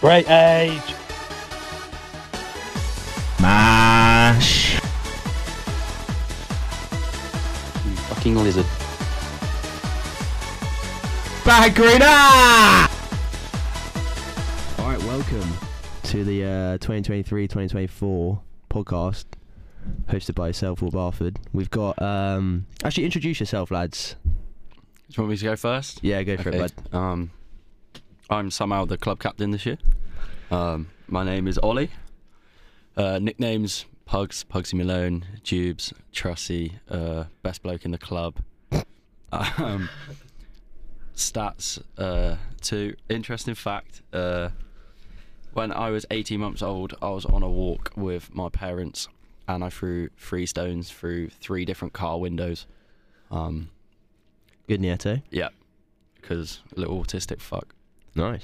Great age. Mash. You fucking lizard. Bagrina! All right, welcome to the uh, 2023-2024 podcast hosted by yourself, Will Barford. We've got um, actually introduce yourself, lads. Do you want me to go first? Yeah, go for Okay, it, Um, I'm somehow the club captain this year. Um, my name is Ollie. Uh, nicknames Pugs, Pugsy Malone, Jubes, Trussy, uh, best bloke in the club. um, stats uh, two. Interesting fact. Uh, when I was 18 months old, I was on a walk with my parents and I threw three stones through three different car windows. Um, bud. Good Nieto. yeah, because little autistic fuck. Nice.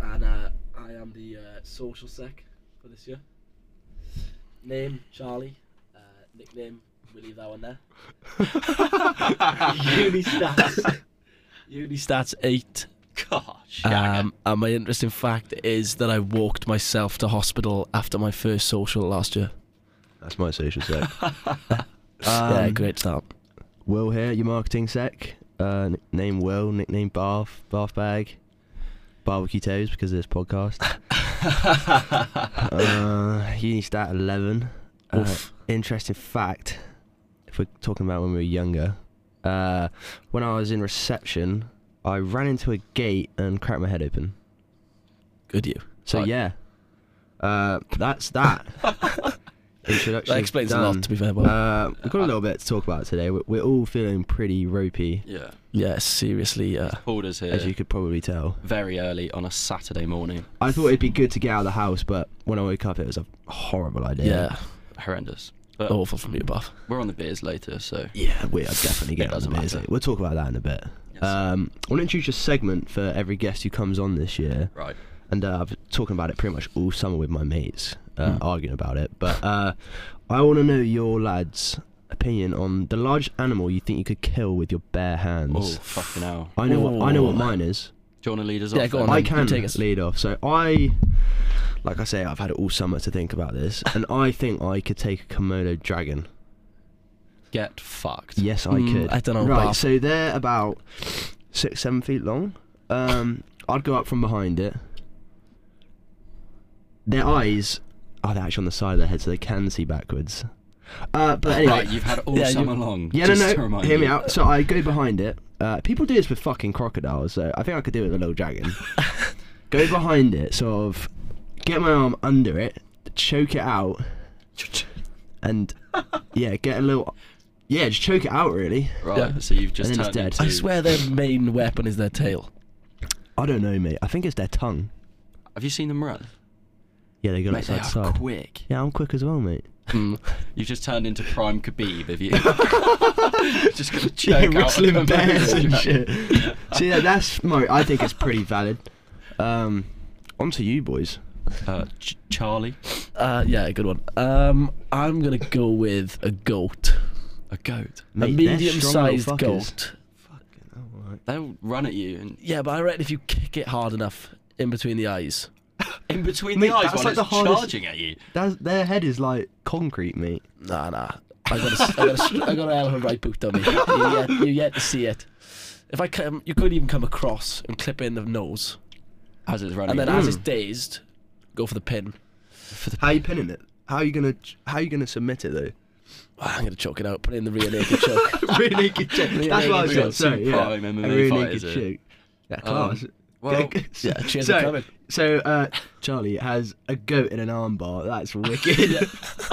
and uh, I am the uh, social sec for this year. Name Charlie, uh, nickname we leave that one there. Uni stats, uni stats eight. Gosh. Um, and my interesting fact is that I walked myself to hospital after my first social last year. That's my social sec. um, yeah, great start. Will here, your marketing sec. Uh, nickname Will, nickname Bath, Bath Bag, Barbecue Toes because of this podcast. uh, uni stat 11. Uh, Oof. interesting fact, if we're talking about when we were younger, uh, when I was in reception, I ran into a gate and cracked my head open. Good you. So Right. yeah, uh, that's that. Introduction That explains a done. lot, to be fair. Bob. Uh, we've got a little bit to talk about today. We're, we're all feeling pretty ropey, yeah. yeah, seriously. Uh, Pulled us here as you could probably tell. very early on a Saturday morning. I thought it'd be good to get out of the house, but when I woke up, it was a horrible idea. yeah, Horrendous. But awful from you, Buff. we're on the beers later, so. Oh. Yeah, we are definitely getting on the doesn't beers. matter. We'll talk about that in a bit. Yes. Um, I want to introduce a segment for every guest who comes on this year, right. and uh, I've been talking about it pretty much all summer with my mates, uh, Hmm. arguing about it. But uh, I want to know your lads' opinion on the largest animal you think you could kill with your bare Oh, hands. fucking hell. I know what I know what Ooh. mine is. Do you want to lead us Yeah, off? go then? on I then. can you take us. lead off. So I, like I say, I've had it all summer to think about this, and I think I could take a komodo dragon. Get fucked. Yes, I Mm, could. I dunno, Right, Bath. so they're about six, seven feet long. Um, I'd go up from behind it. Their eyes are they're actually on the side of their head, so they can see backwards. Uh, but anyway, Right, you've had all Yeah, you- summer long. yeah, no, just to no. remind Hear me you. out. So I go behind it. Uh, people do this with fucking crocodiles, so I think I could do it with a little dragon. go behind it, sort of get my arm under it, choke it out, and yeah, get a little. Yeah, just choke it out, really. Right, Yeah. so you've just And then it's turned dead. into- I swear their main weapon is their tail. I don't know, mate. I think it's their tongue. Have you seen them run? Yeah, they go Mate, outside they like are side to side. quick. Yeah, I'm quick as well, mate. Hmm. Mm. You've just turned into prime Khabib, have you? just gonna choke out a wrestling komodo bears and dragon. shit. so yeah, that's my. I think it's pretty valid. Um, on to you, boys. Uh, Ch- Charlie, Uh, yeah, good one. Um, I'm gonna go with a goat, a goat. Mate, a they're strong medium-sized little fuckers. goat. They'll run at you and Yeah, but I reckon if you kick it hard enough in between the eyes, in between Mate, the eyes that's while like it's the hardest- charging at you. That's, their head is like concrete, mate. nah, nah. I got, a s I got, a s- I got an elephant right boot on me. You yet, you yet to see it. If I come, you could even come across and clip it in the nose, As it's running. and then at Mm. as you. it's dazed, go for the pin. How you pinning it? How you gonna how you gonna submit it though? Ah, I'm gonna choke it out. Put it in the rear naked choke. rear naked chick. Rear That's what I naked said. chick. Sorry, yeah. Prime A MMA rear fight, naked is it? chick. Yeah, Um, class. well, yeah, cheers for so, coming. so uh, Charlie has a goat in an armbar. That's wicked.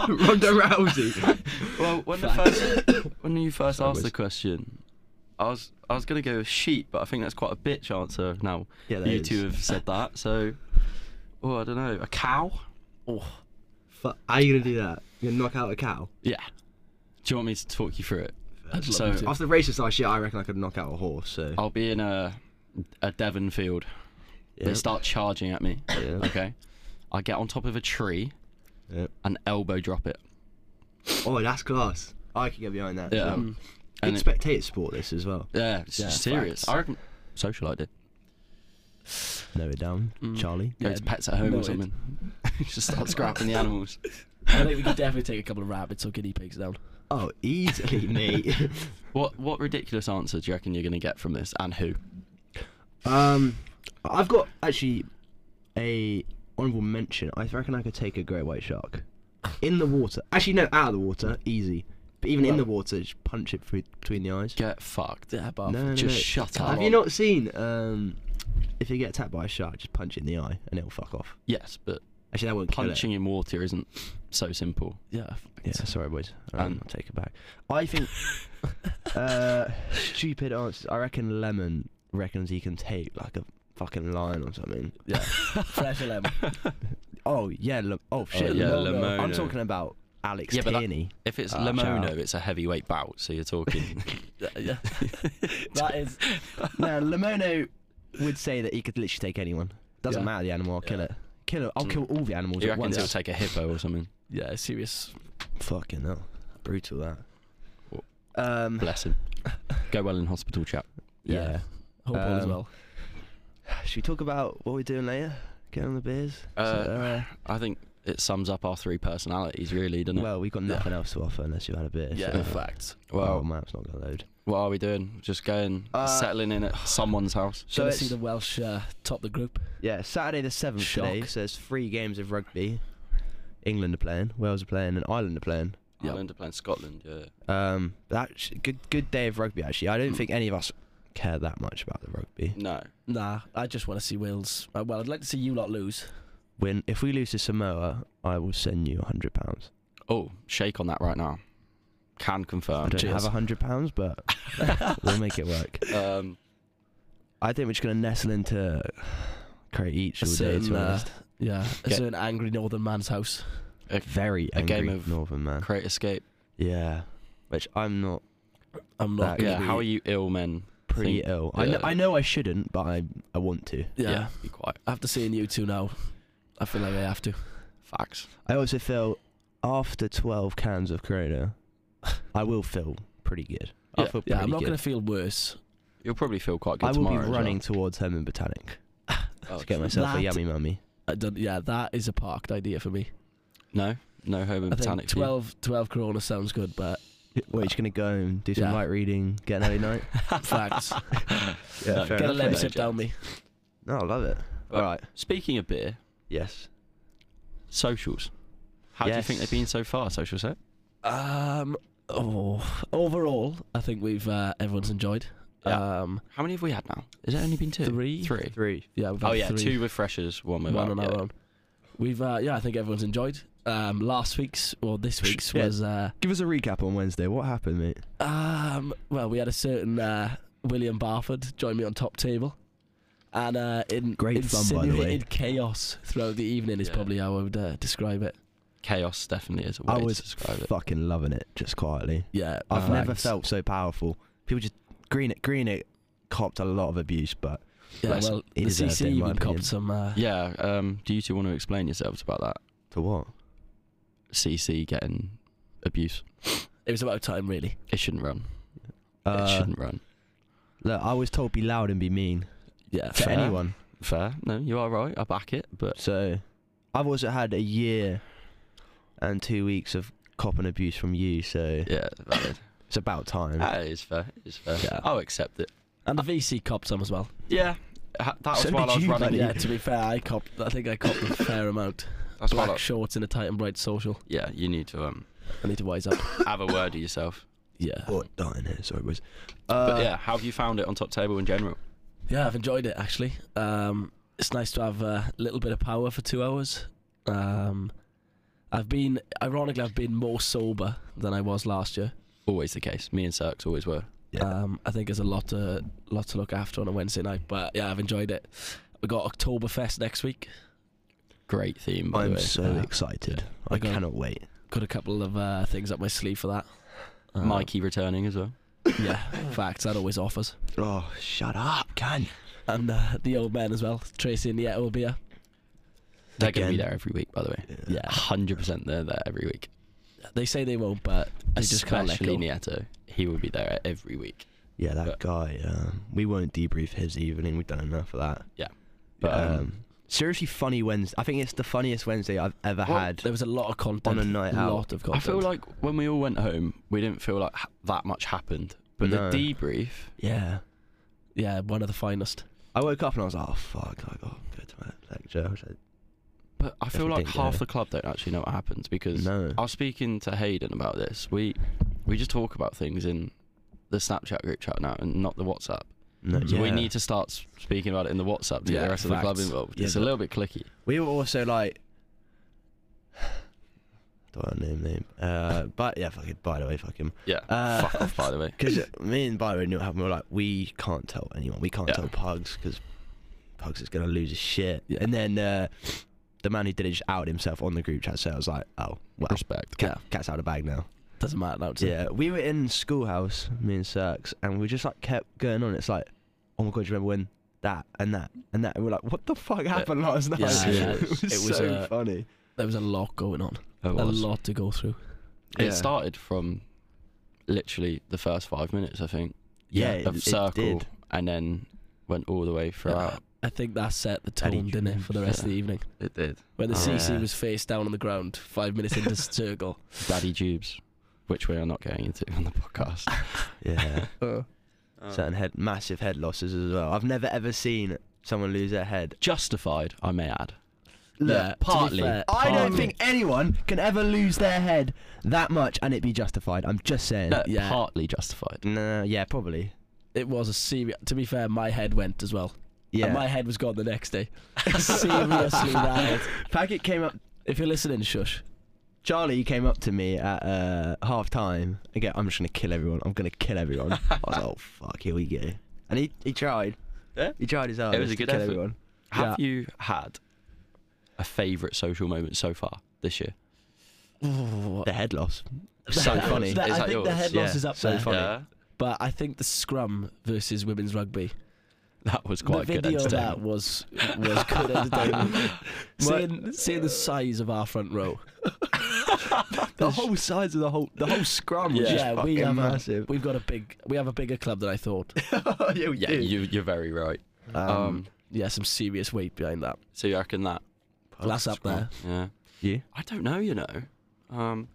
Ronda Rousey. well, when the first when you first Sorry, asked the boys. question, I was I was gonna go with sheep, but I think that's quite a bitch answer now. Yeah, that you is. two have said that, so oh I don't know, a cow? Oh, Fu- How are you gonna do that? You gonna knock out a cow? Yeah. Do you want me to talk you through it? I'd love so you to. After the racist last shit, I reckon I could knock out a horse. So I'll be in a a Devon field. They Yeah. start charging at me. Yeah. Okay. I get on top of a tree Yeah. and elbow drop it. oh, that's class. I can get behind that. Yeah. as well. Mm. Hmm. And Good it- spectator sport, this as well. Yeah, it's Yeah, serious. facts. I reckon socialite did. Lower down, Mm. Charlie. Yeah, Yeah, pets at home or annoyed. something. Just start scrapping the animals. I think we could definitely take a couple of rabbits or guinea pigs down. Oh, easily, mate. What what ridiculous answer do you reckon you're gonna get from this, and who? um, I've got actually a honourable mention. I reckon I could take a great white shark in the water. Actually, no, out of the water, easy. But even in the water, just punch it through, between the eyes. Get fucked. Yeah, but No, no, Just no. shut up. Have you not seen? Um, if you get attacked by a shark, just punch it in the eye and it'll fuck off. Yes, but Actually, that won't kill it. punching in water isn't so simple. yeah. Yeah, sorry, boys. Um, Um, I'll take it back. I think uh, stupid answers. I reckon Lemon reckons he can take like a fucking lion or something. Yeah. Fresh lemon. Oh yeah, look. Oh shit, yeah, Lem- Lemono. I'm talking about Alex Yeah, but that- Tierney. If it's Ah, Lamono, shut up. it's a heavyweight bout, so you're talking. Yeah. that is. no, Lemono would say that he could literally take anyone. Doesn't Yeah. matter the animal. I'll kill Yeah. it. Kill it. I'll kill all the animals you at reckon once. he'll take a hippo or something? Yeah, serious. Fucking hell, brutal that. Wha- Um, Bless him. Go well in hospital, chap. yeah. Hope all as Um, well. Should we talk about what we're doing later? Get on the beers. Uh, So, uh, I think it sums up our three personalities, really, doesn't it? Well, we've got nothing else to offer unless you've had a beer. Yeah, so- facts. Well, Well, map's not gonna load. what are we doing? Just going, Um, Uh, settling in at someone's house. So Gonna it's, see the Welsh uh, top the group. yeah, Saturday the seventh today. Shock. So there's three games of rugby. England are playing, Wales are playing, and Ireland are playing. Yeah. Ireland are playing Scotland. Yeah. Um, that's good. Good day of rugby actually. I don't think any of us care that much about the rugby. No. Nah, I just want to see Wales. Uh, well, I'd like to see you lot lose. When if we lose to Samoa, I will send you a hundred pounds. Oh, shake on that right now. Can I confirm. don't cheers. have a hundred pounds, but we'll make it work. Um, I think we're just gonna nestle into Crate each A all day. To certain, be uh, honest. Yeah, Get- it's an angry northern man's house. Very a angry game of Northern man. Great escape. Yeah, which I'm not I'm That- not. gonna Yeah. be- How are you ill men? pretty Think- ill. I, know, yeah. I know I shouldn't, but I I want to. Yeah. Be quiet. After seeing you two now, I feel like I have to. Facts. I also feel after twelve cans of Corona, I will feel pretty good. I Yeah. feel pretty Yeah, I'm not good. gonna feel worse. You'll probably feel quite good I will tomorrow. be as well. running towards Herman Botanic Oh, to get myself a That- yummy mummy. I don't, yeah, that is a parked idea for me. No, no home and I think botanic. for you. 12, 12 Corona sounds good, but Wait, just gonna go and do some Yeah. light reading, get an early night. facts. yeah, fair Get a enough. lemon mate. sip down me. No, I love it. All right. Speaking of beer, Yes. socials. How do you think Yes. they've been so far, social set? Um, oh, overall, I think we've uh, everyone's enjoyed. Yeah. Um, How many have we had now? Has it only been two? Three. Three. Three. yeah, we've Oh had yeah, three, two refreshers, one one without. on yeah. our own. We've uh, yeah, I think everyone's enjoyed. Um, last week's or this week's Yeah. was uh, Give us a recap on Wednesday. What happened, mate? Um, well, we had a certain uh, William Barford join me on top table, and uh, in Great fun, by the way. insinuated chaos throughout the evening is Yeah. probably how I would uh, describe it. Chaos definitely is a way I was to describe it. fucking loving it, just quietly. Yeah, I've uh, never thanks. felt so powerful. People just green it, green it, copped a lot of abuse, but Yeah, less- well, it the deserved it, in CC my even opinion. copped some. Uh, Yeah. Um, do you two want to explain yourselves about that? to what? CC getting abuse. It was about time, really. It shouldn't run. it Uh, shouldn't run. look, I was told be loud and be mean Yeah, to Fair. anyone. Fair. No, you are right. I back it, but So I've also had a year and two weeks of cop and abuse from you, so yeah, valid. it's about time. that is fair. It is fair. Yeah. I'll accept it. and the VC copped some as well. Yeah. ha- That was So while did I was you, running. buddy. Yeah, to be fair, I copped. I think I copped a fair amount. That's while I, Black shorts and a tight and bright social. yeah, you need to um I need to wise up. have a word with yourself. Yeah, Oh, dying here, sorry boys. but Uh, yeah, how have you found it on Top Table in general? yeah, I've enjoyed it actually. Um, it's nice to have a little bit of power for two hours. Um, I've been, ironically, I've been more sober than I was last year. Always the case. Me and Cirques always were. Yeah. Um, I think there's a lot to lot to look after on a Wednesday night, but yeah, I've enjoyed it. We got Oktoberfest next week. Great theme, by the I'm way. so uh, excited. I I got- cannot wait. Got a couple of uh, things up my sleeve for that. Um, Mikey returning as well. yeah, facts that always offers. Oh, shut up, can. And uh, the old men as well. Tracy and Nieto will be here. They're going to be Again. there every week, by the way. Yeah, 100% they're there every week. they say they won't, but They just can't let especially go. Nieto. He will be there every week. Yeah, that But- guy. Um, we won't debrief his evening. We've done enough of that. Yeah. But Um, um, seriously, funny Wednesday. I think it's the funniest Wednesday I've ever Well, had. There was a lot of On content. a night out. lot of I content. feel like when we all went home, we didn't feel like ha- that much happened. But No. the debrief, Yeah. yeah, one of the finest. I woke up and I was like, oh fuck, I got to go to my lecture. I was like, but I feel Definitely like didn't get half it. the club don't actually know what happens because no. I was speaking to Hayden about this. We we just talk about things in the Snapchat group chat now and not the WhatsApp. no So we yeah. need to start s- speaking about it in the WhatsApp to get Yeah, the rest of the club facts. involved. Yeah, it's a but- little bit clicky. We were also like, don't want to name name. Uh, but yeah, fucking. By the way, fuck him. Yeah. Uh, Fuck off, by the way. Because me and by the way knew what happened. We were like, we can't tell anyone. We can't Yeah. tell Pugs because Pugs is gonna lose his shit. Yeah. And then uh, the man who did it just outed himself on the group chat. So I was like, oh, well, Respect. cat, cat's out of the bag now. Doesn't matter now. does it? Yeah, we were in schoolhouse, me and Cirx, and we just like kept going on. It's like, oh my god, do you remember when that and that and that? And we're like, what the fuck happened last night? yeah, yeah. it was, It was, so uh, funny. There was a lot going on. It A was. lot to go through. It Yeah. started from literally the first five minutes, I think, Yeah, it- of it circle, did. and then went all the way throughout. I think that set the Teddy tone, didn't it, for the rest of the evening? It did. When the Oh, CC yeah. was face down on the ground, five minutes into circle. Daddy Jubes, which we are not getting into on the podcast. Yeah. Uh. Certain head, massive head losses as well. I've never ever seen someone lose their head. Justified, I may add. Look, Yeah, to be partly. fair, I don't partly. think anyone can ever lose their head that much and it be justified. I'm just saying. No, yeah. partly justified. No, yeah, probably. it was a serious. To be fair, my head went as well. Yeah. And my head was gone the next day. Seriously, rattled. Packet came up. If you're listening, shush. Charlie came up to me at uh, half time. Again, I'm just gonna kill everyone. I'm gonna kill everyone. I was like, oh fuck, here we go. And he, he tried. Yeah. He tried his hardest was a to good kill effort. everyone. Have you had a favourite social moment so far this year? Ooh. The head loss. So funny. That- Is I that think the yours? head Yeah, loss is up so there. funny. Yeah. But I think the scrum versus women's rugby. That was quite the good video of that entertainment. was was good entertainment. seeing, seeing the size of our front row. The whole size of the whole the whole scrum was Yeah, just we fucking have massive. A, we've got a big we have a bigger club than I thought. yeah, we Yeah, did. you, you're very right. Um, Um, yeah, some serious weight behind that. so you reckon that? Oh, um, That's up there. Yeah. You? I don't know, you know. Um,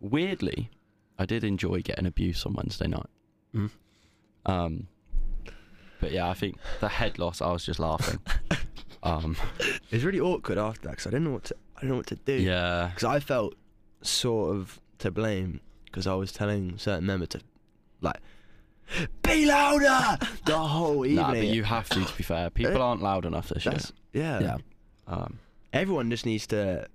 weirdly, I did enjoy getting abuse on Wednesday night. Mm. Um, but yeah, I think the head loss, I was just laughing. um, It was really awkward after that because I didn't know what to I didn't know what to do. yeah. because I felt sort of to blame because I was telling certain member to like be louder the whole evening. Nah, but you have to, to be fair. People aren't loud enough this year. That's- yeah. Yeah. Um, Everyone just needs to,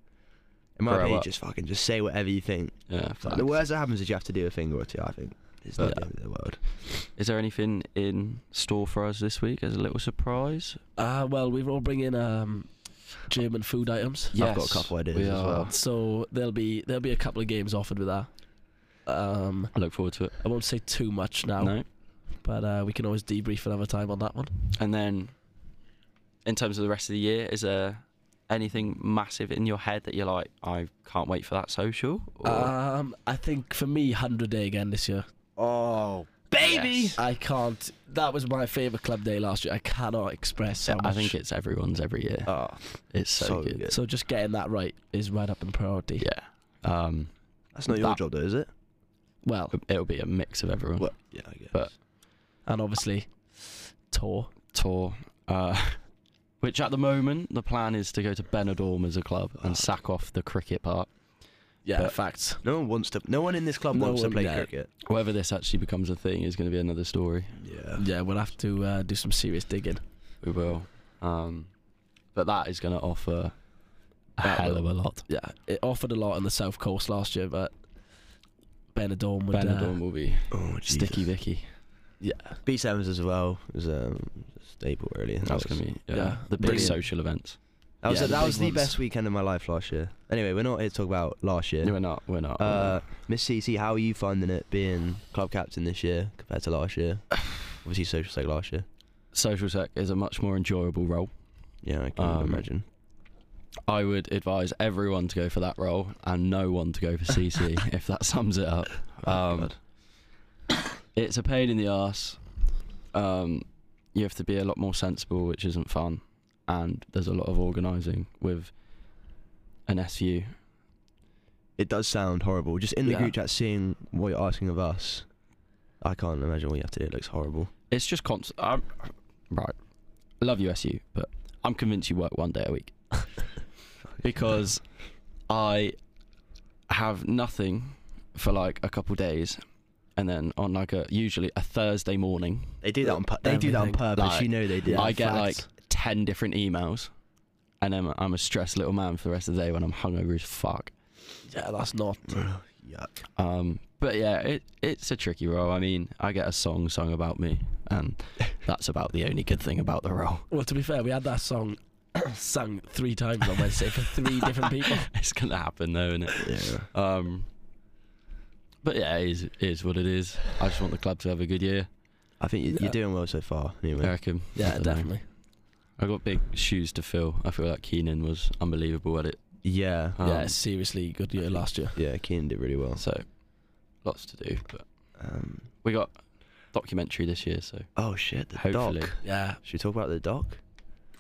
in my Grow opinion, up. just fucking just say whatever you think. yeah. It's like, facts. the worst that happens is you have to do a finger or two. I think it's not the end of the world. Is there anything in store for us this week as a little surprise? Uh, well, we've all bring in um, German food items. I've got a couple ideas as well. So there'll be there'll be a couple of games offered with that. Um, I look forward to it. I won't say too much now, No. but uh, we can always debrief another time on that one. And then, in terms of the rest of the year, is there anything massive in your head that you're like, I can't wait for that social? Or Um, I think for me, hundred day again this year. Oh, baby! Yes. I can't. That was my favorite club day last year. I cannot express how I much. think it's everyone's every year. Oh, it's so, so good. good. Uh, So just getting that right is right up in priority. Yeah. Um, that's not your That- job, though, is it? Well, it'll be a mix of everyone. Well, yeah, I guess. But- and obviously, tour. Tour. Uh, which at the moment, the plan is to go to Benidorm as a club and sack off the cricket part. Uh. Yeah, But- facts. no one wants to. No one in this club No wants to one play does. cricket. Whether this actually becomes a thing is going to be another story. Yeah. Yeah, we'll have to uh, do some serious digging. We will. Um, but that is going to offer a That hell of will. a lot. Yeah, it offered a lot on the south coast last year, but Benidorm would. Benidorm Uh, will be Oh, sticky Vicky. yeah, B sevens as well was um, a staple really. That's gonna be yeah, yeah, the big brilliant. social events. That was, Yeah, the, that the was big the ones. best weekend of my life last year. Anyway, we're not here to talk about last year. No, we're not. We're not. we're Uh, not. Miss CC, how are you finding it being club captain this year compared to last year? Obviously, social sec last year. social sec is a much more enjoyable role. Yeah, I can Um, imagine. I would advise everyone to go for that role and no one to go for CC if that sums it up. Oh, Um, It's a pain in the ass. Um, you have to be a lot more sensible, which isn't fun. And there's a lot of organising with an SU. It does sound horrible. Just in the Yeah. group chat, seeing what you're asking of us, I can't imagine what you have to do. It looks horrible. It's just constant. I'm, right. I love you, SU, but I'm convinced you work one day a week. because I have nothing for like a couple days. And then on like a usually a Thursday morning, They do that on pu- they do that on Everything. purpose. Like, you know they do. Yeah, I get facts. like 10 different emails, and then I'm a stressed little man for the rest of the day when I'm hungover as fuck. Yeah, that's not. Yuck. Um, but yeah, it, it's a tricky role. I mean, I get a song sung about me, and that's about the only good thing about the role. Well, to be fair, we had that song sung three times on Wednesday for three different people. It's gonna happen though, isn't it? Yeah. Um, but yeah, it is, it is what it is. I just want the club to have a good year. I think you, Yeah. you're doing well so far. Anyway, I reckon. I Yeah, dunno. definitely. I got big shoes to fill. I feel like Keenan was unbelievable at it. yeah, Um, yeah, Uh, seriously, good year last year. yeah. Keenan did really well. So, lots to do, but Um, we got documentary this year, so oh shit, the hopefully. doc. Yeah, Should we talk about the doc?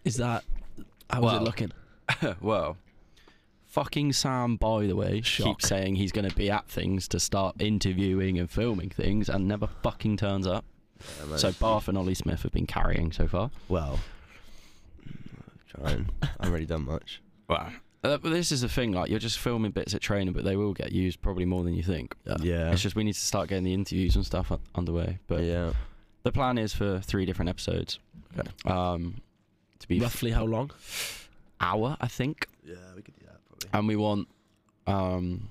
is that how was Well, it looking? well, fucking Sam, by the way, Shock. keeps saying he's going to be at things to start interviewing and filming things and never fucking turns up. So Barth and Ollie Smith have been carrying so far. well, trying. I haven't really done much. Wow. Uh, but this is the thing, like, you're just filming bits at training, but they will get used probably more than you think. Yeah. It's just we need to start getting the interviews and stuff u- underway. But yeah. the plan is for three different episodes. Okay. Um, to be Roughly how long? hour, I think. Yeah, we could do that probably. and we want um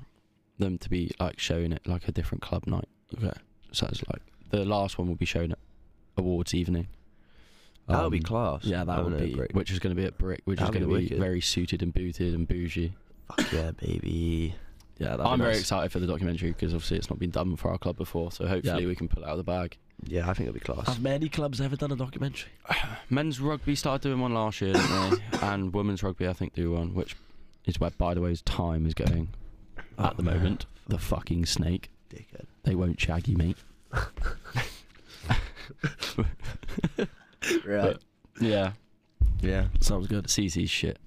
them to be like showing it like a different club night. Okay. So it's like the last one will be shown at awards evening. That would be Um, class. yeah, that Having would a be- break. Which is going to be at Brick, which is That'd be going to be wicked. very suited and booted and bougie. Fuck yeah, baby. Yeah, that I'm very excited for the documentary because obviously it's not been done for our club before, so hopefully we can pull it out of the bag. Yeah, I think it'll be class. Have many clubs ever done a documentary? Men's rugby started doing one last year, didn't they? and women's rugby, I think, do one, which is where, by the way, time is going at the moment. The fucking snake. Dickhead. They won't shag you, mate. Right. Yeah. yeah. Sounds good. CC's shit.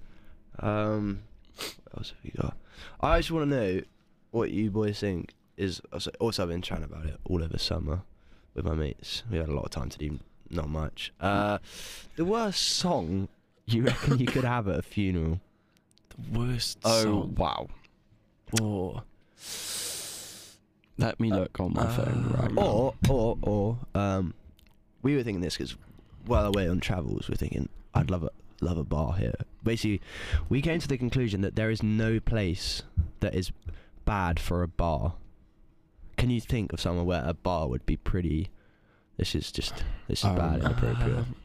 Um, what else have we got? I just want to know what you boys think is. also- Also, I've been chatting about it all over summer with my mates. We had a lot of time to do not much. Uh, the worst song you reckon you could have at a funeral? The worst Oh song. wow! Or Let me look on my phone uh, right now. Or, or, or, um, we were thinking this because while away on travels, we're thinking I'd love a love a bar here. Basically, we came to the conclusion that there is no place that is bad for a bar. Can you think of somewhere where a bar would be pretty? This is just this is Um, bad, inappropriate. um,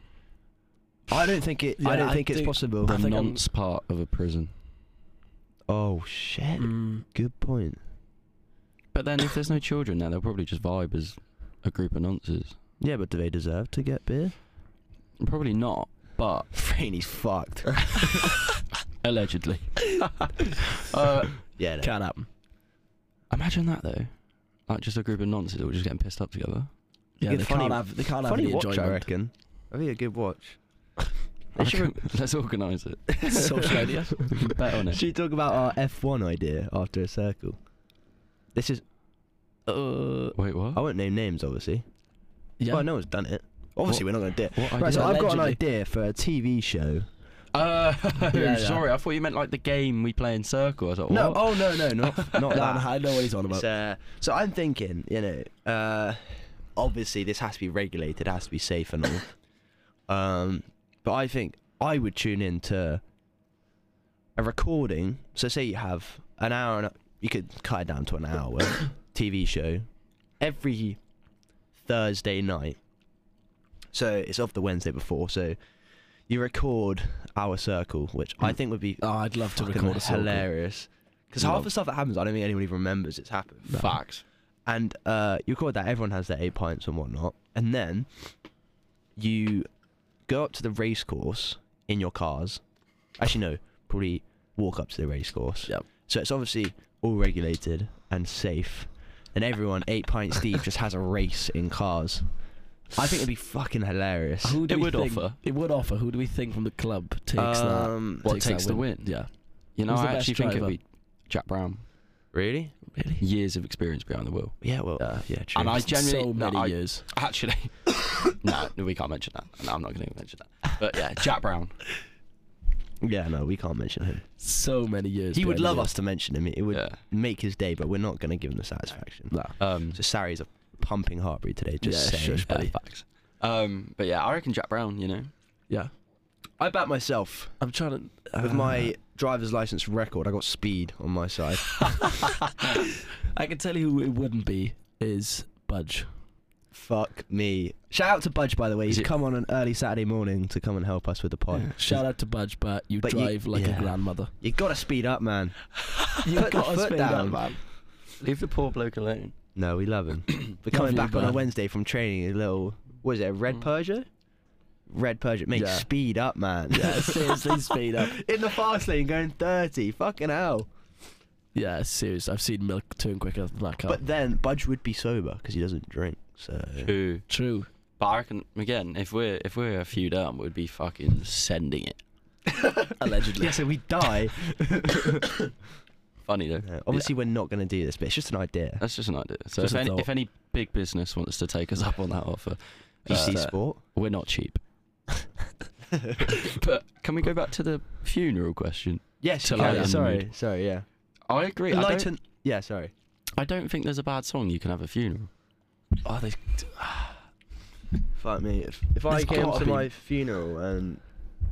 I don't think it. I yeah, don't I think it's think- possible. the I think I'm- nonce part of a prison. oh shit! mm, Good point. But then if there's no children there, they'll probably just vibe as a group of nonces. Yeah, but do they deserve to get beer? Probably not, but Franny's fucked. allegedly. uh, yeah. No. can't happen. imagine that though, like just a group of nonces all just getting pissed up together. Yeah, get they funny- can't have. They can't have Funny any watch, I enjoyment. reckon. I think a good watch. They should- Let's organise it. Social media. We can bet on it. Should we talk about our F1 idea after a circle? This is. Uh, Wait, what? I won't name names, obviously. Yeah. Well, no one's done it. Obviously, we're not going to do it. What Right, so idea? I've got an Allegedly. idea for a TV show. Uh, yeah. sorry, I thought you meant like the game we play in circle. I was like, No, what? oh no, no, not not No, no, that. I know what he's on about. It's, uh, so I'm thinking, you know, uh, obviously this has to be regulated, has to be safe and all. um, but I think I would tune in to a recording. So say you have an hour and a, you could cut it down to an hour TV show every Thursday night. So it's of the Wednesday before. So you record our circle, which I think would be Oh, I'd love to fucking record a circle. hilarious. Because Love- half the stuff that happens, I don't think anyone even remembers it's happened. Facts. And uh, you record that, everyone has their eight pints and whatnot. And then you go up to the race course in your cars. Actually, no, probably walk up to the race course. Yep. So it's obviously all regulated and safe. and everyone, eight pints deep, just has a race in cars. I think it'd be fucking hilarious. Who do It we would think- offer. It would offer. Who do we think from the club takes that? um, What takes that the win? Yeah. You know, Who's the I best actually think it'd driver? be Jack Brown. Really? Really? Years of experience behind the wheel. Yeah. Well. Yeah. yeah. True. And I genuinely so no, many I- years. Actually, no, no, we can't mention that. No, I'm not going to mention that. But yeah, Jack Brown. yeah. No, we can't mention him. So many years. He would behind love you. us to mention him. It would Yeah. make his day, but we're not going to give him the satisfaction. No. Um, So Sari's a pumping heartbeat today. Just Yeah, saying. shush, buddy. yeah, facts. Um, but yeah, I reckon Jack Brown. You know, Yeah. I bet myself I'm trying to. with uh, my driver's license record, I got speed on my side. uh, I can tell you who it wouldn't be is Budge. Fuck me. Shout out to Budge, by the way. Is He's it- come on an early Saturday morning to come and help us with the pod. Shout out to Budge, but you But you- drive like yeah. a grandmother. You gotta speed up, man. You Put the foot down, man. leave the poor bloke alone. No, we love him. We're coming you, back on a man. Wednesday from training. A little, what is it? A red Persia? Red Persia. Mate, Yeah. speed up, man. Yeah, seriously, speed up. In the fast lane, going 30. Fucking hell. Yeah, seriously, I've seen milk turn quicker than that car. But then Budge would be sober because he doesn't drink. So Who? True. But I reckon again, if we're if we're a few down, we'd be fucking sending it. Allegedly. yeah, so we die. Funny though. No, obviously, we're not gonna do this, but it's just an idea. That's just an idea. So Just if a any, thought. if any big business wants to take us up on that offer, BC uh, Sport. we're not cheap. but can we go back to the funeral question? Yes. to you can. lighten the Sorry. Sorry. Yeah. I agree. I don't, Enlighten. Yeah. Sorry. I don't think there's a bad song you can have a funeral. Oh, they, Fuck me. If, if I There's came gotta to be- my funeral and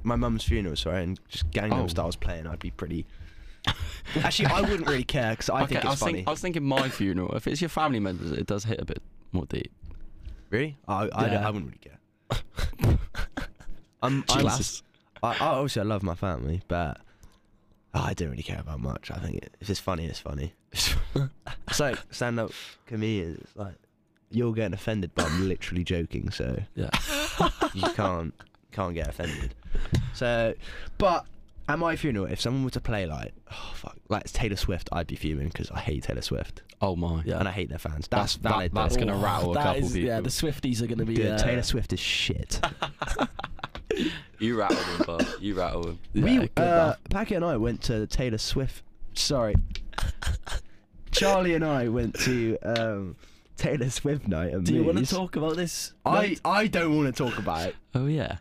my mum's funeral, sorry, and just Gangnam Oh. Style's playing, I'd be pretty. Actually, I wouldn't really care because I okay, think I it's was funny. Think, I was thinking my funeral. If it's your family members, it does hit a bit more deep. Really? I I, don't- Yeah. I wouldn't really care. I'm, I'm Jesus. I, I obviously I love my family, but oh, I don't really care about much. I think it, if it's funny, it's funny. it's like stand-up comedians. It's like you're getting offended, but I'm literally joking, so Yeah. you can't can't get offended. So, but at my funeral, if someone were to play like oh fuck, like it's Taylor Swift, I'd be fuming because I hate Taylor Swift Oh my. yeah. and I hate their fans. That's, That's- that- valid. that's though. gonna Oh, rattle a that couple is- Yeah, people. the Swifties are going to be. Dude, uh, Taylor Swift is shit. You rattle them, bud. You rattle them. yeah, we, good uh, laugh. Packy and I went to the Taylor Swift. Sorry, Charlie and I went to um, Taylor Swift night. At Do you want to Moose. talk about this? I Nate? I don't want to talk about it. Oh yeah.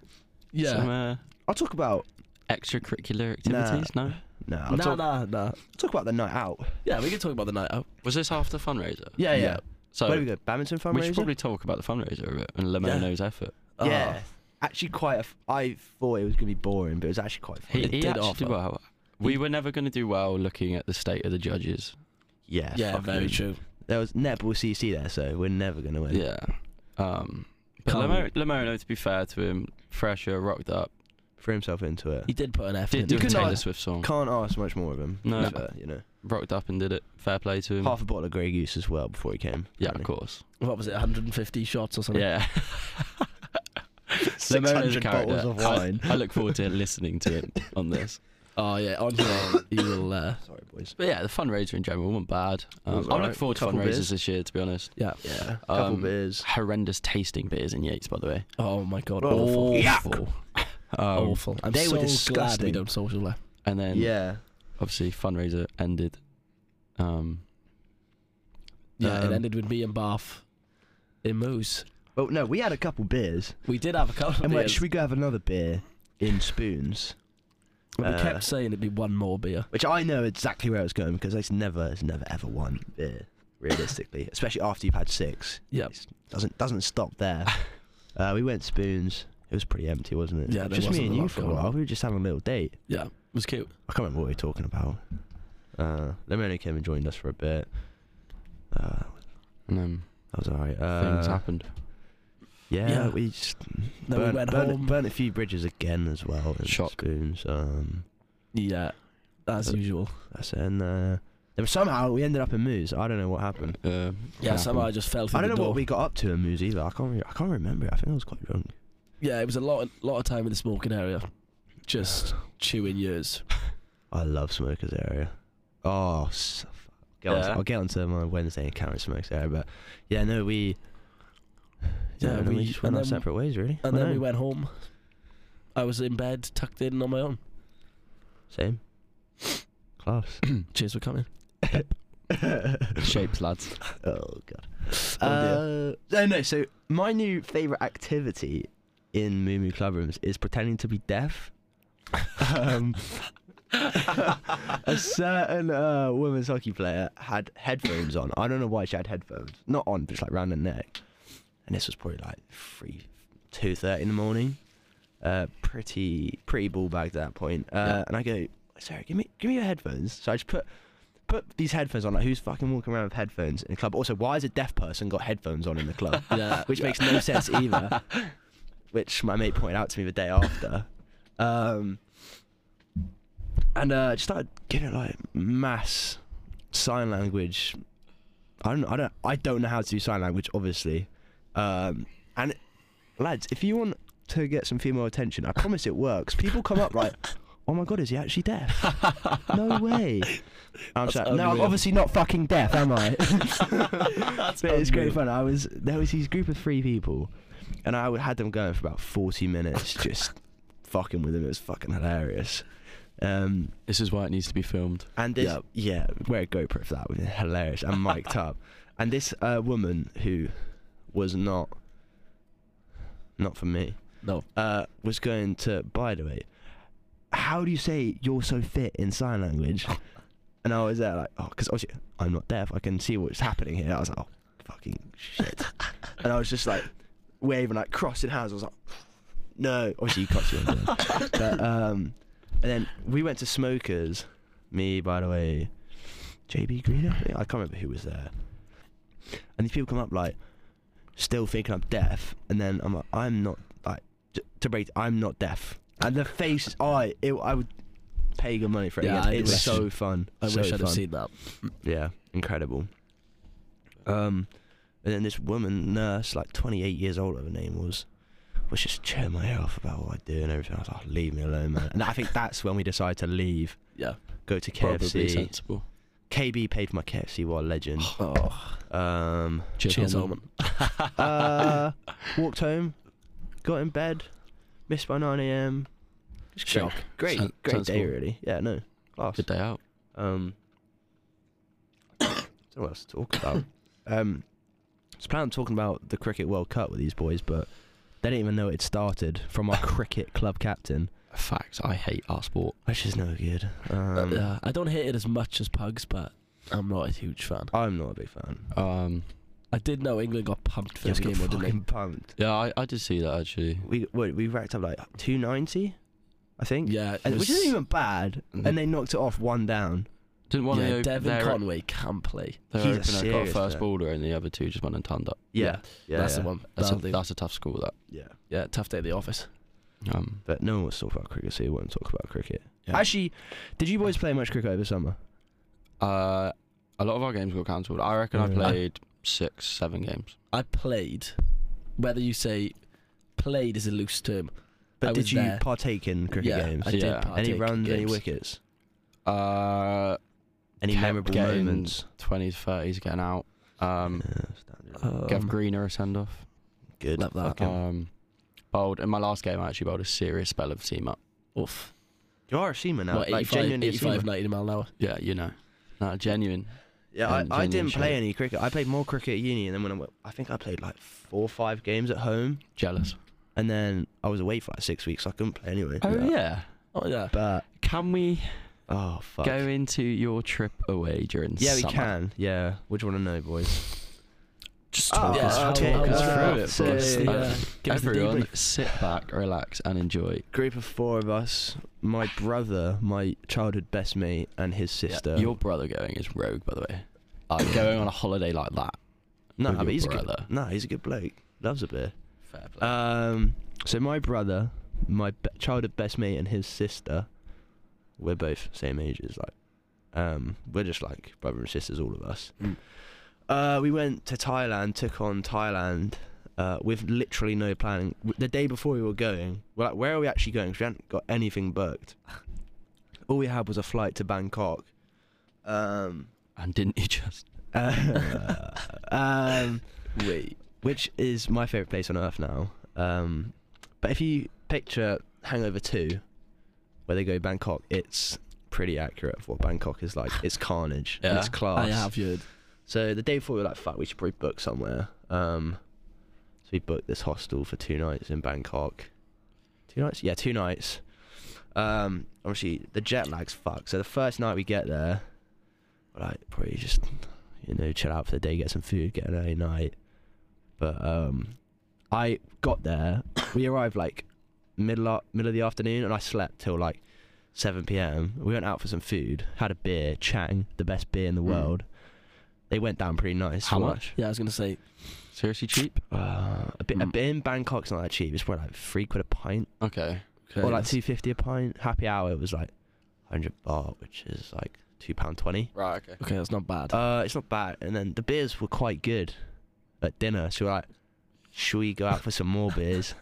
yeah. Some uh, I'll talk about extracurricular activities. No. no. I'll nah, talk, nah, nah. talk about the night out. Yeah, we can talk about the night out. Was this after fundraiser? Yeah, yeah. Yeah. So Where do we go? Badminton fundraiser. we should probably talk about the fundraiser a bit and Lemono's effort. Oh, Yeah. Actually, quite. A f- I thought it was gonna be boring, but it was actually quite He, funny. he did actually offer. did well. We were never going to do well looking at the state of the judges. yeah. yeah, fuck very him. true. There was netball CC there, so we're never gonna win. Yeah. Um, but Can't Lemo, Lemono, to be fair to him, fresher, rocked up, Threw himself into it. He did put an effort. did in. do a could Taylor not- Swift song, Can't ask much more of him. No. but, you know, rocked up and did it. Fair play Mm. to him. half a bottle of Grey Goose as well before he came. yeah, of apparently. course. What was it? 150 shots or something? Yeah. Lemono's a 600 character. bottles of I- wine. I, look forward to listening to him on this. Oh yeah. On your, you will. Uh, Sorry, boys. But yeah, the fundraiser in general wasn't bad. It Um, was I'm looking alright. forward to Couple fundraisers beers. this year, to be honest. yeah. Yeah, couple Um, beers. Horrendous tasting beers in Yates, by the way. Oh my god. Oh, awful. yuck. Oh. Um, Awful. I'm They were so glad we disgusting. don't social life. and then Yeah, obviously fundraiser ended. Um, Yeah, Um, it ended with me and Bath in Moose. well, no, we had a couple beers, We did have a couple of and we're like, beers, should we go have another beer in spoons? but we uh, kept saying it'd be one more beer. Which I know exactly where it's going because it's never, it's never ever one beer, realistically, especially after you've had six. Yeah. It's- doesn't doesn't stop there. uh, we went spoons. It was pretty empty, wasn't it? Yeah, there just me wasn't a and you lot for a going on. while. We were just having a little date. Yeah, it was cute. I can't remember what we were talking about. Uh, Lemony came and joined us for a bit. Uh, and then that was alright. Uh, things happened. Yeah, Yeah. we just Then burnt, we went burnt- home. burnt a few bridges again as well. and Shock. Spoons. Um, Yeah, as Uh, usual. that's it. And uh, then somehow we ended up in Moose. I don't know what happened. Uh, Yeah, happened. somehow I just fell through I don't the know door. what we got up to in Moose either. I can't. Re- I can't remember. I think I was quite drunk. Yeah, it was a lot, of, lot of time in the smoking area, just chewing years. I love smokers area. Oh, s- Go on to- Yeah. I'll get onto my Wednesday encounter smokes there, but yeah, no, we. Yeah, Yeah, and we, we- just went and our then- separate ways, really. And I then we know. went home. I was in bed, tucked in on my own. Same. Class. Cheers for coming. Shapes, lads. Oh god. Oh, Uh, no, no. So my new favorite activity in Moo Moo Club Rooms is pretending to be deaf. um, a certain uh, women's hockey player had headphones on. I don't know why she had headphones. Not on, but just like round her neck. And this was probably like three, two thirty in the morning. Uh, pretty, pretty ball bag at that point. Uh, And I go, Sarah, give me, give me your headphones. So I just put put these headphones on. Like, who's fucking walking around with headphones in the club? Also, why has a deaf person got headphones on in the club? Yeah. Which makes no sense either. Which my mate pointed out to me the day after. Um, and uh, just started giving it like mass sign language. I don't, I don't, I don't know how to do sign language, obviously. Um, and lads, if you want to get some female attention, I promise it works. People come up like, "Oh my god, is he actually deaf? No way!" I'm just like, no, I'm unreal. obviously not fucking deaf, am I? That's but it's great fun. I was there was these group of three people, and I had them going for about forty minutes, just fucking with them. It was fucking hilarious. Um, This is why it needs to be filmed. and this, Yeah. yeah, wear a GoPro for that. Would be hilarious. And mic'd up. And this uh, woman who was not not for me No. uh, was going to. By the way, how do you say you're so fit in sign language? And I was there like, oh, because obviously I'm not deaf. I can see what's happening here. I was like, oh, fucking shit. and I was just like waving, like crossing hands. I was like, no, obviously you can't see what I'm doing. but um, and then we went to smokers. Me, by the way, JB Greener. I think- I can't remember who was there. And these people come up like, still thinking I'm deaf, and then I'm like, I'm not like t- to break. I'm not deaf. And the face, I it, I would pay good money for it. Yeah, again. I It was wish- so fun. I so wish I'd fun. have seen that. Yeah, incredible. Um, and then this woman nurse, like 28 years old, her name was, was just chewing my ear off about what I do and everything. I was like, "Oh, leave me alone, man. And I think that's when we decided to leave, Yeah. go to Probably KFC. sensible. KB paid for my KFC. What a legend. Oh, Um, Cheers, cheers, Holman. Holman. uh, walked home, got in bed, missed by 9 a.m. Shock. Great, Sen- great day, sensible. really. Yeah, no, class. Good day out. Um, don't know what else to talk about. um, I was planning on talking about the Cricket World Cup with these boys, but they didn't even know it started from our cricket club captain, Facts. I hate our sport. which is no good. Um, yeah, I don't hate it as much as Pugs, but I'm not a huge fan. I'm not a big fan. Um, I did know England got pumped for Just the got game, though, didn't fucking they? pumped. yeah, I, I did see that actually. We what, we racked up like 290, I think. Yeah, it And, which was- Mm-hmm. isn't even bad. And they knocked it off one down. Didn't one yeah, of the, Devin their, Conway can play. their He's a opener got a serious first player. baller and the other two just went and turned up. Yeah, yeah, that's yeah. the one. That's, a, That'll do. that's a tough school, that. Yeah. yeah, tough day at the office. Um, But no one wants to talk about cricket, so we won't talk about cricket. Yeah. Actually, did you boys play much cricket over summer? uh, a lot of our games got cancelled. I reckon I Yeah. played six, seven games. I played. Whether you say played is a loose term. But I did was you there. partake in cricket yeah, games? I did Yeah. Any partake any in runs, any games. wickets, Uh, any Kept memorable getting- moments? 20s, 30s getting out. Um, Yeah, standard. Um, Gav Greener a send off. good. love that. Fucking- Um, bowled. In my last game, I actually bowled a serious spell of team up. Oof. you are a seamer now, What, like 85, genuinely a 85, seamer. 90 mile an hour. Yeah, you know. No, genuine. Yeah, I, and I didn't genuine play shape. any cricket. I played more cricket at uni, and then when I went, I think I played like four or five games at home, Jealous. and then I was away for like six weeks, so I couldn't play anyway. Oh, yeah. Oh, yeah. But Can we oh fuck. go into your trip away during yeah, we summer? can. Yeah, what do you want to know, boys? Just Ah, talk us yeah, through okay, it. that's Wow. right. So, Give us the, yeah. uh, give us the Everyone, debrief. sit back, relax, and enjoy. Group of four of us. My brother, my childhood best mate, and his sister. Your brother going is rogue, by the way. Oh, Like going on a holiday like that. no, with but your he's a brother. good. No, he's a good bloke. Loves a beer. Fair play. Um, so my brother, my be- childhood best mate, and his sister, we're both same ages. Like, um, we're just like brother and sisters, all of us. Mm. Uh, we went to Thailand, took on Thailand. Uh, with literally no planning. W- The day before we were going, we're like, where are we actually going? 'Cause we hadn't got anything booked. All we had was a flight to Bangkok. Um, And didn't he just? Uh, um, Wait. which is my favorite place on earth now. Um, but if you picture Hangover Two, where they go Bangkok, it's pretty accurate for what Bangkok is like. It's carnage. and it's Yeah, I class. I have heard. So the day before, we were like, "Fuck, we should probably book somewhere." Um, so we booked this hostel for two nights in Bangkok. Two nights? Yeah, two nights. Um, obviously the jet lag's fucked. So the first night we get there, we're like probably just you know chill out for the day, get some food, get an early night. But um, I got there. we arrived like middle a- middle of the afternoon, and I slept till like 7 p.m. We went out for some food, had a beer, Chang, the best beer in the Mm. world. They went down pretty nice. How We're like, much? Yeah, I was gonna say. Seriously cheap? uh, a bit, a Mm. bit in Bangkok's not that cheap. It's probably like three quid a pint, Okay. Okay, or like that's- two fifty a pint. Happy hour was like hundred baht, which is like two pound twenty. Right. Okay. Okay, that's not bad. Uh, it's not bad. And then the beers were quite good at dinner. So we're like, should we go out for some more beers?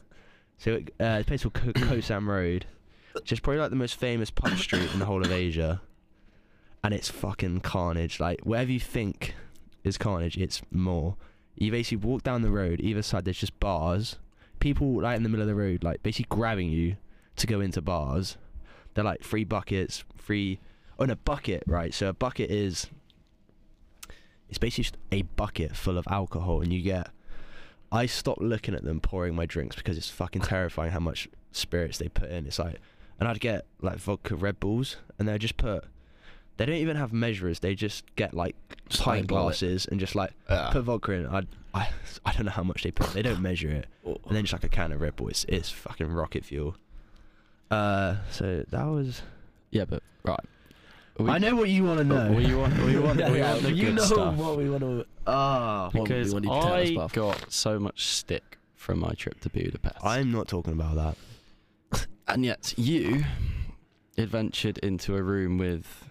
So it, uh, the place called Ko- Koh Sam Road, which is probably like the most famous pub street in the whole of Asia, and it's fucking carnage. Like wherever you think is carnage, it's more. You basically walk down the road. Either side, there's just bars. People like in the middle of the road, like basically grabbing you to go into bars. They're like free buckets, free. Oh, and a bucket, right? So a bucket is it's basically just a bucket full of alcohol, and you get. I stopped looking at them pouring my drinks because it's fucking terrifying how much spirits they put in. It's like, and I'd get like vodka Red Bulls, and they'd just put. They don't even have measurers. They just get like Just pint eyeball it. glasses and just like Yeah. put vodka in. I, I I don't know how much they put. They don't measure it. And then just like a can of Red Bull. It's, it's fucking rocket fuel. Uh, so that was. Yeah, but right. We- I know what you want to know. We want. We want. Yeah, we yeah, want the you good know stuff. what we want to. Ah, What because we want you to tell us, I Buff. got so much stick from my trip to Budapest, I'm not talking about that. and yet you adventured into a room with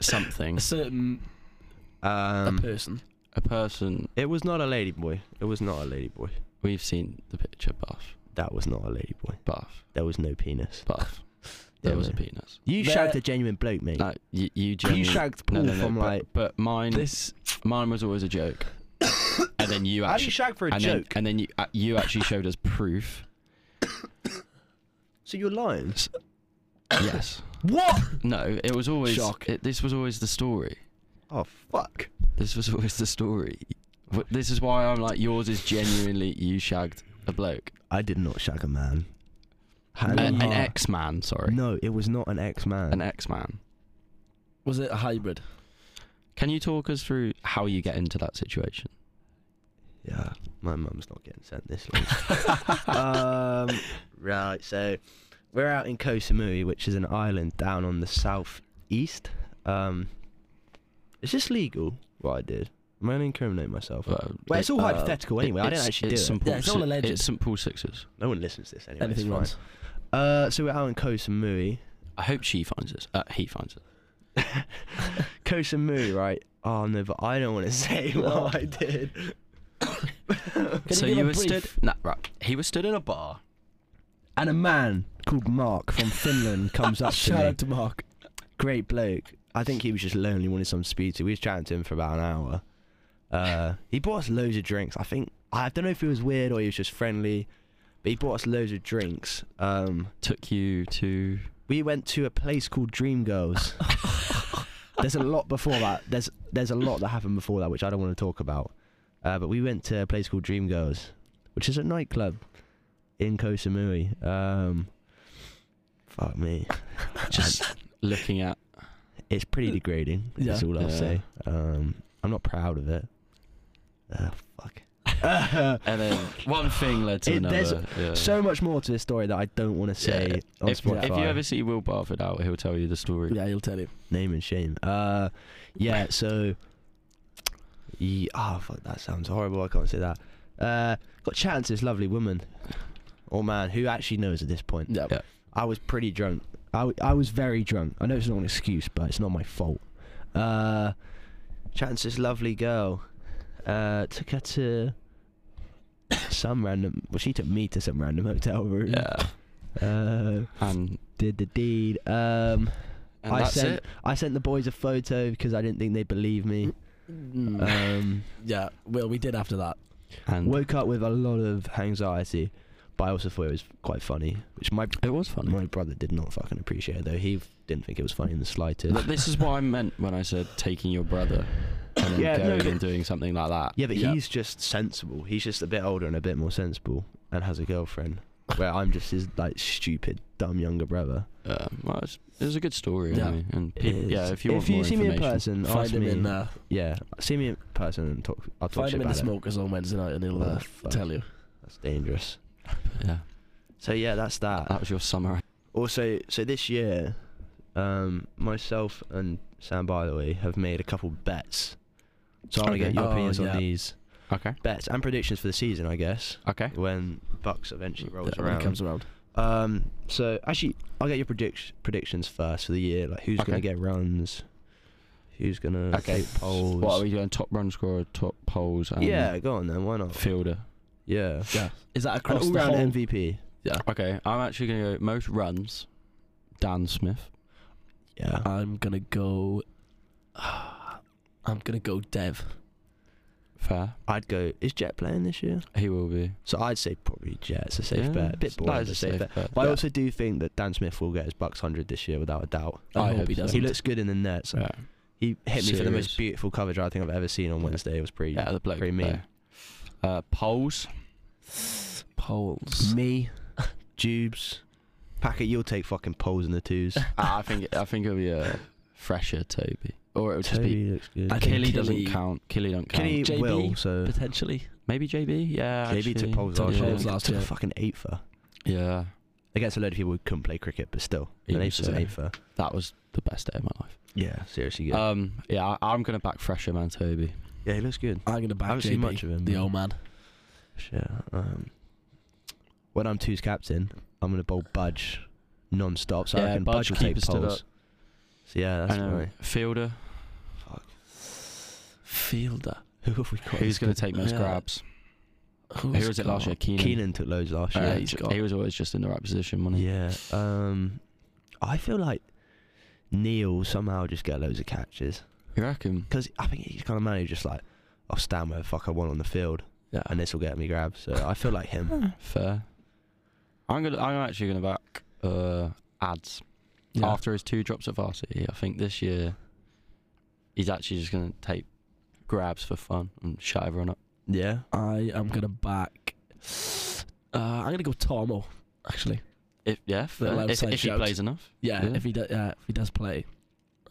something, A certain a Um, person. a person It was not a lady boy. It was not a lady boy. we've seen the picture, buff, That was not a lady boy. buff, There was no penis. buff. There Yeah, was a mate. penis. You There- shagged a genuine bloke, mate. No, you, you you genuinely- shagged no, Paul no, no, from but, like. but mine, This mine was always a joke, and then you How do you actually, shag for a and then, joke? and then you uh, you actually showed us proof. so you're lying. Yes. What? No, it was always Shock. It, this was always the story. Oh fuck. This was always the story. But this is why I'm like yours is genuinely you shagged a bloke, I did not shag a man. Hand A- on an heart. ex man. Sorry, No, it was not an ex an man. ex man. was it a hybrid? Can you talk us through how you get into that situation? yeah, my mum's not getting sent this link. um, right, so we're out in Koh Samui, which is an island down on the southeast. Um, is this legal? What I did? Am I going to incriminate myself? Well, Well, it's all Uh, hypothetical anyway. I didn't actually do it's it. St. Yeah, Paul it's all Si- alleged. It's St. Paul Sixers. No one listens to this anyway. Anything it's runs? fine. Uh, so we're out in Koh Samui. I hope she finds it. Uh, he finds it. Koh Samui, right? Oh no, but I don't want to say what I did. Can so you, give you a were brief? stood. Nah, right. He was stood in a bar. And a man called Mark from Finland comes up to Shout me. out to Mark. Great bloke. I think he was just lonely, wanted some speed to. We was chatting to him for about an hour. Uh, he bought us loads of drinks. I think I don't know if he was weird or he was just friendly, but he bought us loads of drinks. Um, Took you to. we went to a place called Dream Girls. there's a lot before that. There's there's a lot that happened before that which I don't want to talk about. Uh, but we went to a place called Dream Girls, which is a nightclub in Koh Samui. Um, fuck me, Just looking at. it's pretty degrading. That's Yeah. all I'll Yeah. say. Um, I'm not proud of it. Uh, fuck. And then one thing led to It- there's another. yeah. so much more to this story that I don't want to say Yeah. on if, Spotify. if you ever see Will Barford out, he'll tell you the story. Yeah, he'll tell you. Name and shame. Uh, yeah. So, ye- oh fuck, that sounds horrible. I can't say that. Uh, got chatting to this lovely woman, or man, who actually knows at this point. Yeah. Yeah. I was pretty drunk. I, w- I was very drunk. I know it's not an excuse, but it's not my fault. Uh, chatting to this lovely girl. Uh, took her to some random. Well, she took me to some random hotel room. Yeah. Uh, And did the deed. Um. And I that's sent it. I sent the boys a photo because I didn't think they'd believe me. Um, Mm. Yeah, well, we did after that. And woke up with a lot of anxiety, but I also thought it was quite funny, which my it was funny. my brother did not fucking appreciate though. He didn't think it was funny in the slightest. Th- this is what I meant when I said taking your brother and then Yeah, no, going but- and doing something like that. Yeah, but Yeah. he's just sensible. He's just a bit older and a bit more sensible, and has a girlfriend. Where I'm just his like stupid, dumb younger brother. Uh, well, it's, it was a good story. Yeah. Anyway. And peop- It is- yeah, if you want if you more see me in information- person, Find ask him me. in uh, yeah, see me in person and talk. I'll talk find shit him in the about it. smokers on Wednesday night, and he'll uh, Oh, fuck. tell you. That's dangerous. yeah, So yeah, that's that. that was your summer. Also, so this year, um, myself and Sam, by the way, have made a couple bets. So I want to Okay. get your Oh, opinions yeah. on these Okay. bets and predictions for the season, I guess, Okay. when Bucks eventually rolls Yeah, when around. it comes around. Um, so actually, I'll get your predict- predictions first for the year. Like who's Okay. gonna get runs, who's gonna Okay. take polls. What are we doing? Top run scorer, top polls, and yeah, go on then. Why not? fielder. Yeah, Yeah, is that an across the all-round whole? MVP. Okay, I'm actually gonna go most runs. Dan Smith. Yeah, I'm gonna go. I'm gonna go Dev. Fair. I'd go. Is Jet playing this year? He will be So I'd say probably Jet. It's a safe Yeah, bet. A bit that boring, is but a safe, safe bet. bet, But I yeah. also do think that Dan Smith will get his Bucks hundred this year without a doubt. I, I hope he hope so. doesn't. He looks good in the nets. Yeah, He hit me for the Serious. most beautiful coverage I think I've ever seen on Yeah. Wednesday. It was pretty. yeah the bloke. Pretty mean. there. Uh, polls. Polls. Me, Jubes, Packer, you'll take fucking poles in the twos. I I think I think it'll be a fresher Toby, or it would just be Toby looks good. I think Killy doesn't Killy- count. Killy don't count. Kenny JB, will, so Potentially, Maybe JB. Yeah. JB actually. took poles took last year. poles Took last a year. fucking eighter. Yeah. Against a load of people who couldn't play cricket, but still, an Even eighth is an so. eighth. That was the best day of my life. Yeah, seriously good. Um, yeah, I, I'm gonna back fresher man Toby. yeah, he looks good. I'm gonna I back haven't seen JB, much of him. the old man. Yeah. Um, when I'm two's captain, I'm gonna bowl Budge non-stop. So I Yeah, reckon Budge Budge, will take keeper stood poles. So yeah, that's And, um, right. Fielder. Fielder. Who have we got? Who's gonna take most Yeah. grabs? Who Who was it last year? Keenan. Keenan took loads last Uh, year. Yeah, he he's ju- got- he was always just in the right position, wasn't he? Yeah. Um, I feel like Neil somehow just get loads of catches You reckon? because I think he's kind of man who just like I'll stand where the fuck I want on the field Yeah. and this will get me grabs. So I feel like him. Fair. I'm gonna. I'm actually gonna back uh, ads Yeah. after his two drops at varsity. I think this year he's actually just gonna take grabs for fun and shut everyone up. yeah. I am gonna back. Uh, I'm gonna go Tomo. Actually, If yeah, fair. Little if, outside if he shout. plays enough. yeah. Yeah. If he does, uh, if he does play,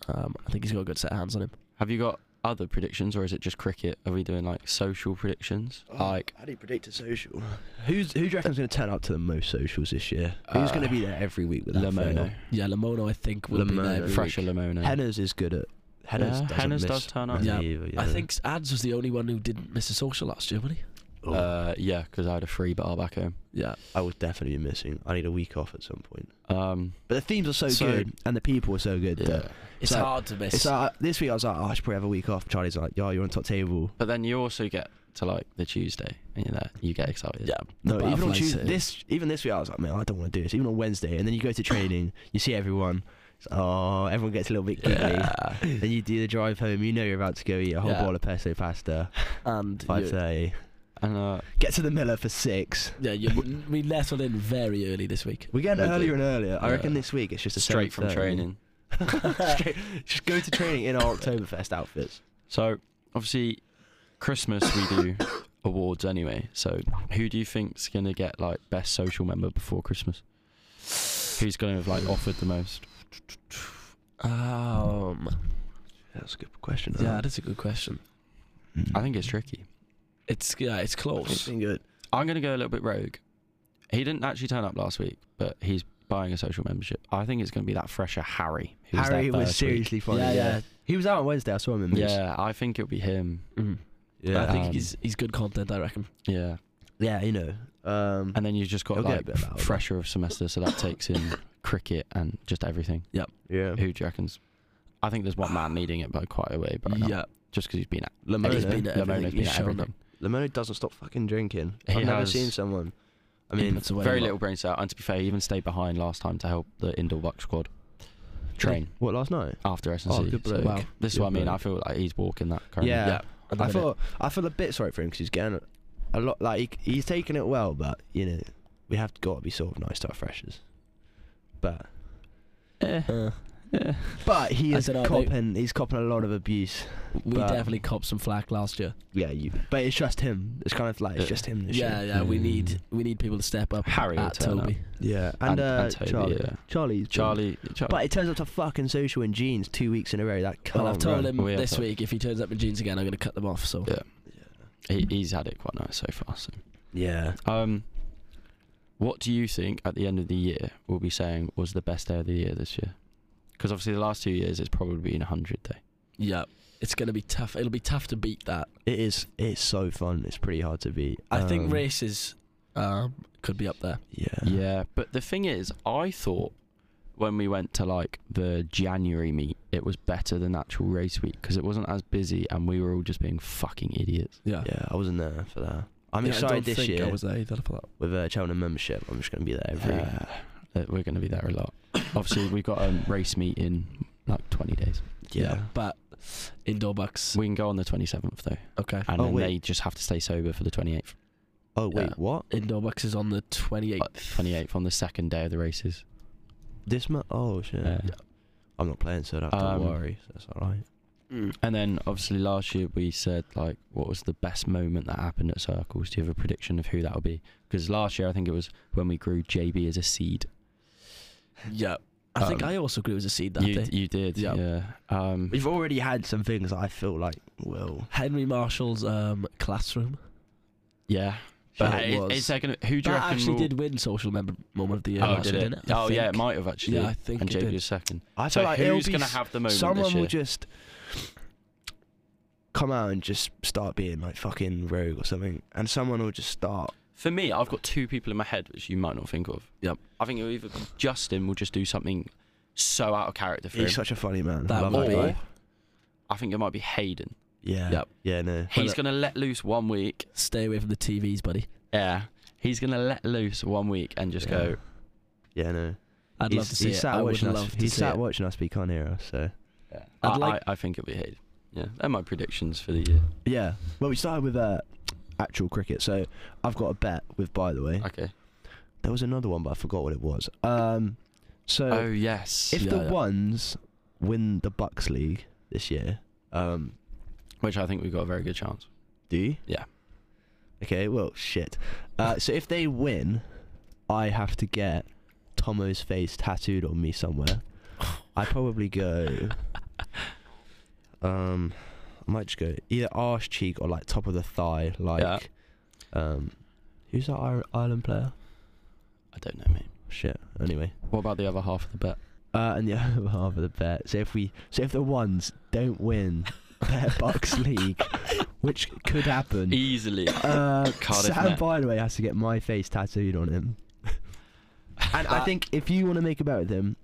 um, I think he's got a good set of hands on him. Have you got other predictions, or is it just cricket? Are we doing like social predictions? Oh, Like Oh, how do you predict a social? Who's who do you reckon's going to turn up to the most socials this year? Who's going Uh, to be there every week with that Lamono, Yeah, Lamono, I think will be Lamono. there. every fresher week. Lamono. fail? Henners is good at. Henners, Yeah, doesn't Henners miss does turn up. many Yeah, either, I think Ads was the only one who didn't miss a social last year, wasn't he? Oh, Uh, yeah, because I had a free bar back home. Yeah. I would definitely be missing. I need a week off at some point. Um, But the themes are so, So- good and the people are so good. That yeah. It's So, hard to miss. It's like, this week I was like, oh, I should probably have a week off. Charlie's like, yo, you're on top table. But then you also get to like the Tuesday, and you're there. You get excited. yeah. No, even on butterflies Tuesday, hit. this even this week I was like, man, I don't want to do this. Even on Wednesday, and then you go to training, you see everyone. It's, oh, everyone gets a little bit giggly. Then you do the drive home. You know you're about to go eat a whole Yeah. bowl of pesto pasta. and Five you- thirty. And uh, Get to the Miller for six. Yeah, you, we nestled in very early this week. We're getting Lovely. earlier and earlier. I Yeah. reckon this week it's just a straight from 7:30. training. Straight- just go to training in our Oktoberfest outfits. So obviously, Christmas we do awards anyway. So who do you think's gonna get like best social member before Christmas? Who's gonna have like offered the most? Um, That's a good question. Mm. yeah, that's a good question. I think it's tricky. It's yeah, it's it's close. been good. I'm gonna go a little bit rogue. He didn't actually turn up last week, but he's buying a social membership. I think it's gonna be that fresher Harry. who was there Harry was first week. seriously funny. Yeah, yeah. He was out on Wednesday. I saw him in Moose. Yeah, I think it'll be him. Mm. yeah. I think um, he's he's good content. I reckon. Yeah. Yeah, you know. Um, And then you've just got He'll get a like bit of that, wouldn't he? fresher of semester, so that takes in cricket and just everything. yeah. Who do you reckon's? I think there's one man leading it by quite a way, but Yeah, just because he's been at And he's Lamona. been at Lamona's everything. He's been at shown everything. Lamona doesn't stop fucking drinking. He I've never has- seen someone. I He mean, puts away Very a lot. little brain cell, and to be fair, he even stayed behind last time to help the indoor buck squad. train What last night? after S and Oh, C. good bloke. wow. This is what I Good mean. I bloke. feel like he's walking that currently. Yeah. at the I minute. feel I feel a bit sorry for him because he's getting a lot. Like he, he's taking it well, but you know we have got to be sort of nice to our freshers. But Eh, Uh, eh. but he I is dunno, they- copping. He's copping a lot of abuse. we But- definitely copped some flack last year. Yeah, you. But it's just him. It's kind of like it's Yeah. just him. This Yeah, year. Hmm. yeah. We Mm. need we need people to step up. Harry will at turn up. Toby. yeah. And, And- uh, and Toby, Charlie. yeah. Charlie. Charlie, Charlie. But it turns up to fucking social and jeans two weeks in a row. That can't Well, I've told run. him We have this told- week if he turns up in jeans again, I'm going to cut them off. So Yeah. he, he's had it quite nice so far. So. Yeah. Um, what do you think at the end of the year we'll be saying was the best day of the year this year? Because obviously the last two years it's probably been a hundred day. yeah, it's going to be tough. It'll be tough to beat that. It is. It's so fun. It's pretty hard to beat. I think Um, races um, could be up there. Yeah. Yeah, but the thing is, I thought when we went to like the January meet, it was better than actual race week because it wasn't as busy and we were all just being fucking idiots. Yeah. Yeah. I wasn't there for that. I'm Yeah, I excited don't this think year I was there either for that. with a Cheltenham membership. I'm just going to be there every. Uh, we're going to be there a lot. obviously, we've got a race meet in like 20 days. yeah. But indoor bucks. We can go on the 27th though, okay. and Oh, then wait. they just have to stay sober for the 28th. Oh wait, Yeah. what? Indoor bucks is on the 28th. Like, 28th on the second day of the races. Uh, This month? Oh shit. Yeah. I'm not playing, so I don't have to Um, worry. So that's all right. And then obviously last year we said like what was the best moment that happened at Circles? Do you have a prediction of who that will be? Because last year I think it was when we grew JB as a seed. Yeah. I think Um, I also grew as a seed that you, day. you did, Yeah. yeah. Um, We've already had some things that I feel like will. Henry Marshall's um, classroom. yeah. But That it- was- it's second. Who do you That reckon actually will- did win social member moment of the year. Oh, last did year, it? didn't I Oh, yeah, it think. might have actually. Yeah, I think and it JB did. was second. I feel So like who's going to have the moment Someone this will year? just come out and just start being like fucking rogue or something, and someone will just start. For me, I've got two people in my head which you might not think of. Yep. I think it'll either be Justin will just do something so out of character for He's him, such a funny man. I That love would that be- guy. I think it might be Hayden. Yeah. Yep. Yeah. No. He's it- gonna let loose one week Stay away from the TVs, buddy. Yeah, he's gonna let loose one week and just Yeah. go. Yeah. No. I'd he's, love to see he's it. Sat I would watching love us. to He's see sat it. watching us, but he can't hear us. So. I, I'd like- I, I think it'll be Hayden. Yeah, they're my predictions for the year. Yeah. Well, we started with uh, actual cricket. So I've got a bet with. By the way, Okay. there was another one, but I forgot what it was. Um. So. Oh yes. If Yeah, the yeah. ones win the Bucks League this year, um, Which I think we've got a very good chance. do you? Yeah. Okay, well, shit. Uh, so if they win, I have to get Tomo's face tattooed on me somewhere. I probably go. Um, I might just go either arse cheek or like top of the thigh. Like, Yeah. um, who's that Ir- Ireland player? I don't know, mate. Shit. Anyway. What about the other half of the bet? Uh, and the other half of the bet. So if we, so if the ones don't win their Bucks League, which could happen, Easily. uh, Cardiff Sam Met. by the way has to get my face tattooed on him. And I That- think if you want to make a bet with him,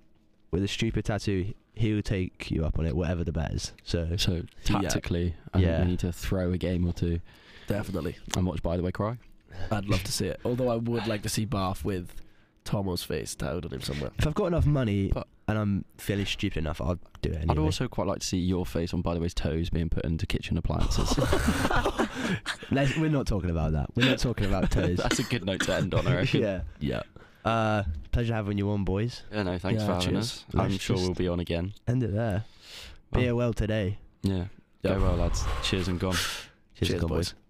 with a stupid tattoo, he'll take you up on it, whatever the bet is. So So tactically, I Yeah. think we need to throw a game or two Definitely. and watch. By the way, cry. I'd love to see it. Although I would like to see Bath with Tomo's face tattooed on him somewhere. if I've got enough money But- and I'm fairly stupid enough, I'll do it anyway. I'd also quite like to see your face on. By the way's toes being put into kitchen appliances. Let's, we're not talking about that. We're not talking about toes. That's a good note to end on, I reckon. yeah. Yeah. Uh, pleasure having you on, boys. Yeah, no, thanks Yeah, for having us. cheers. I'm Let's sure just- we'll be on again. End it there. Be Well. well today. Yeah. Go Yeah. well, lads. Cheers and gone. Cheers, Cheers, Cowboys. boys.